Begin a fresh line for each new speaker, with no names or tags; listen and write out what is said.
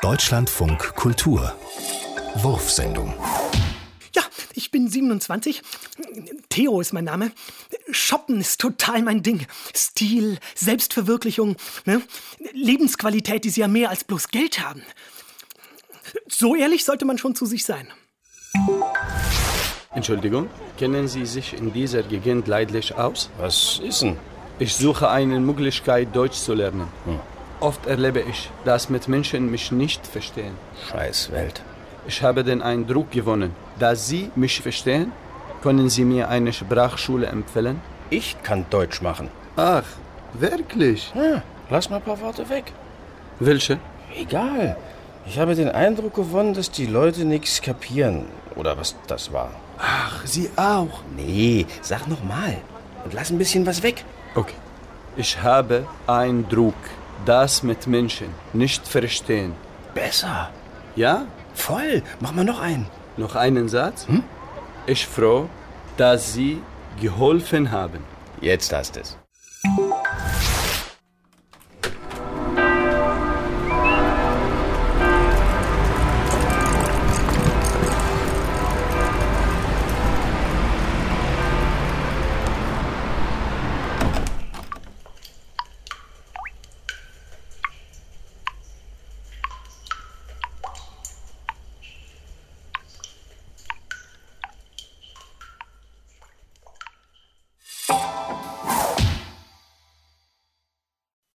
Deutschlandfunk Kultur. Wurfsendung.
Ja, ich bin 27. Theo ist mein Name. Shoppen ist total mein Ding. Stil, Selbstverwirklichung, ne? Lebensqualität, die sie ja mehr als bloß Geld haben. So ehrlich sollte man schon zu sich sein.
Entschuldigung, kennen Sie sich in dieser Gegend leidlich aus?
Was ist denn?
Ich suche eine Möglichkeit, Deutsch zu lernen. Oft erlebe ich, dass mit Menschen mich nicht verstehen.
Scheiß Welt.
Ich habe den Eindruck gewonnen, dass Sie mich verstehen. Können Sie mir eine Sprachschule empfehlen?
Ich kann Deutsch machen.
Ach, wirklich?
Ja, lass mal ein paar Worte weg.
Welche?
Egal. Ich habe den Eindruck gewonnen, dass die Leute nichts kapieren. Oder was das war.
Ach, Sie auch.
Nee, sag noch mal. Und lass ein bisschen was weg.
Okay. Ich habe Eindruck, dass mit Menschen nicht verstehen.
Besser.
Ja?
Voll. Mach mal noch einen.
Noch einen Satz? Ich froh, dass Sie geholfen haben.
Jetzt hast es.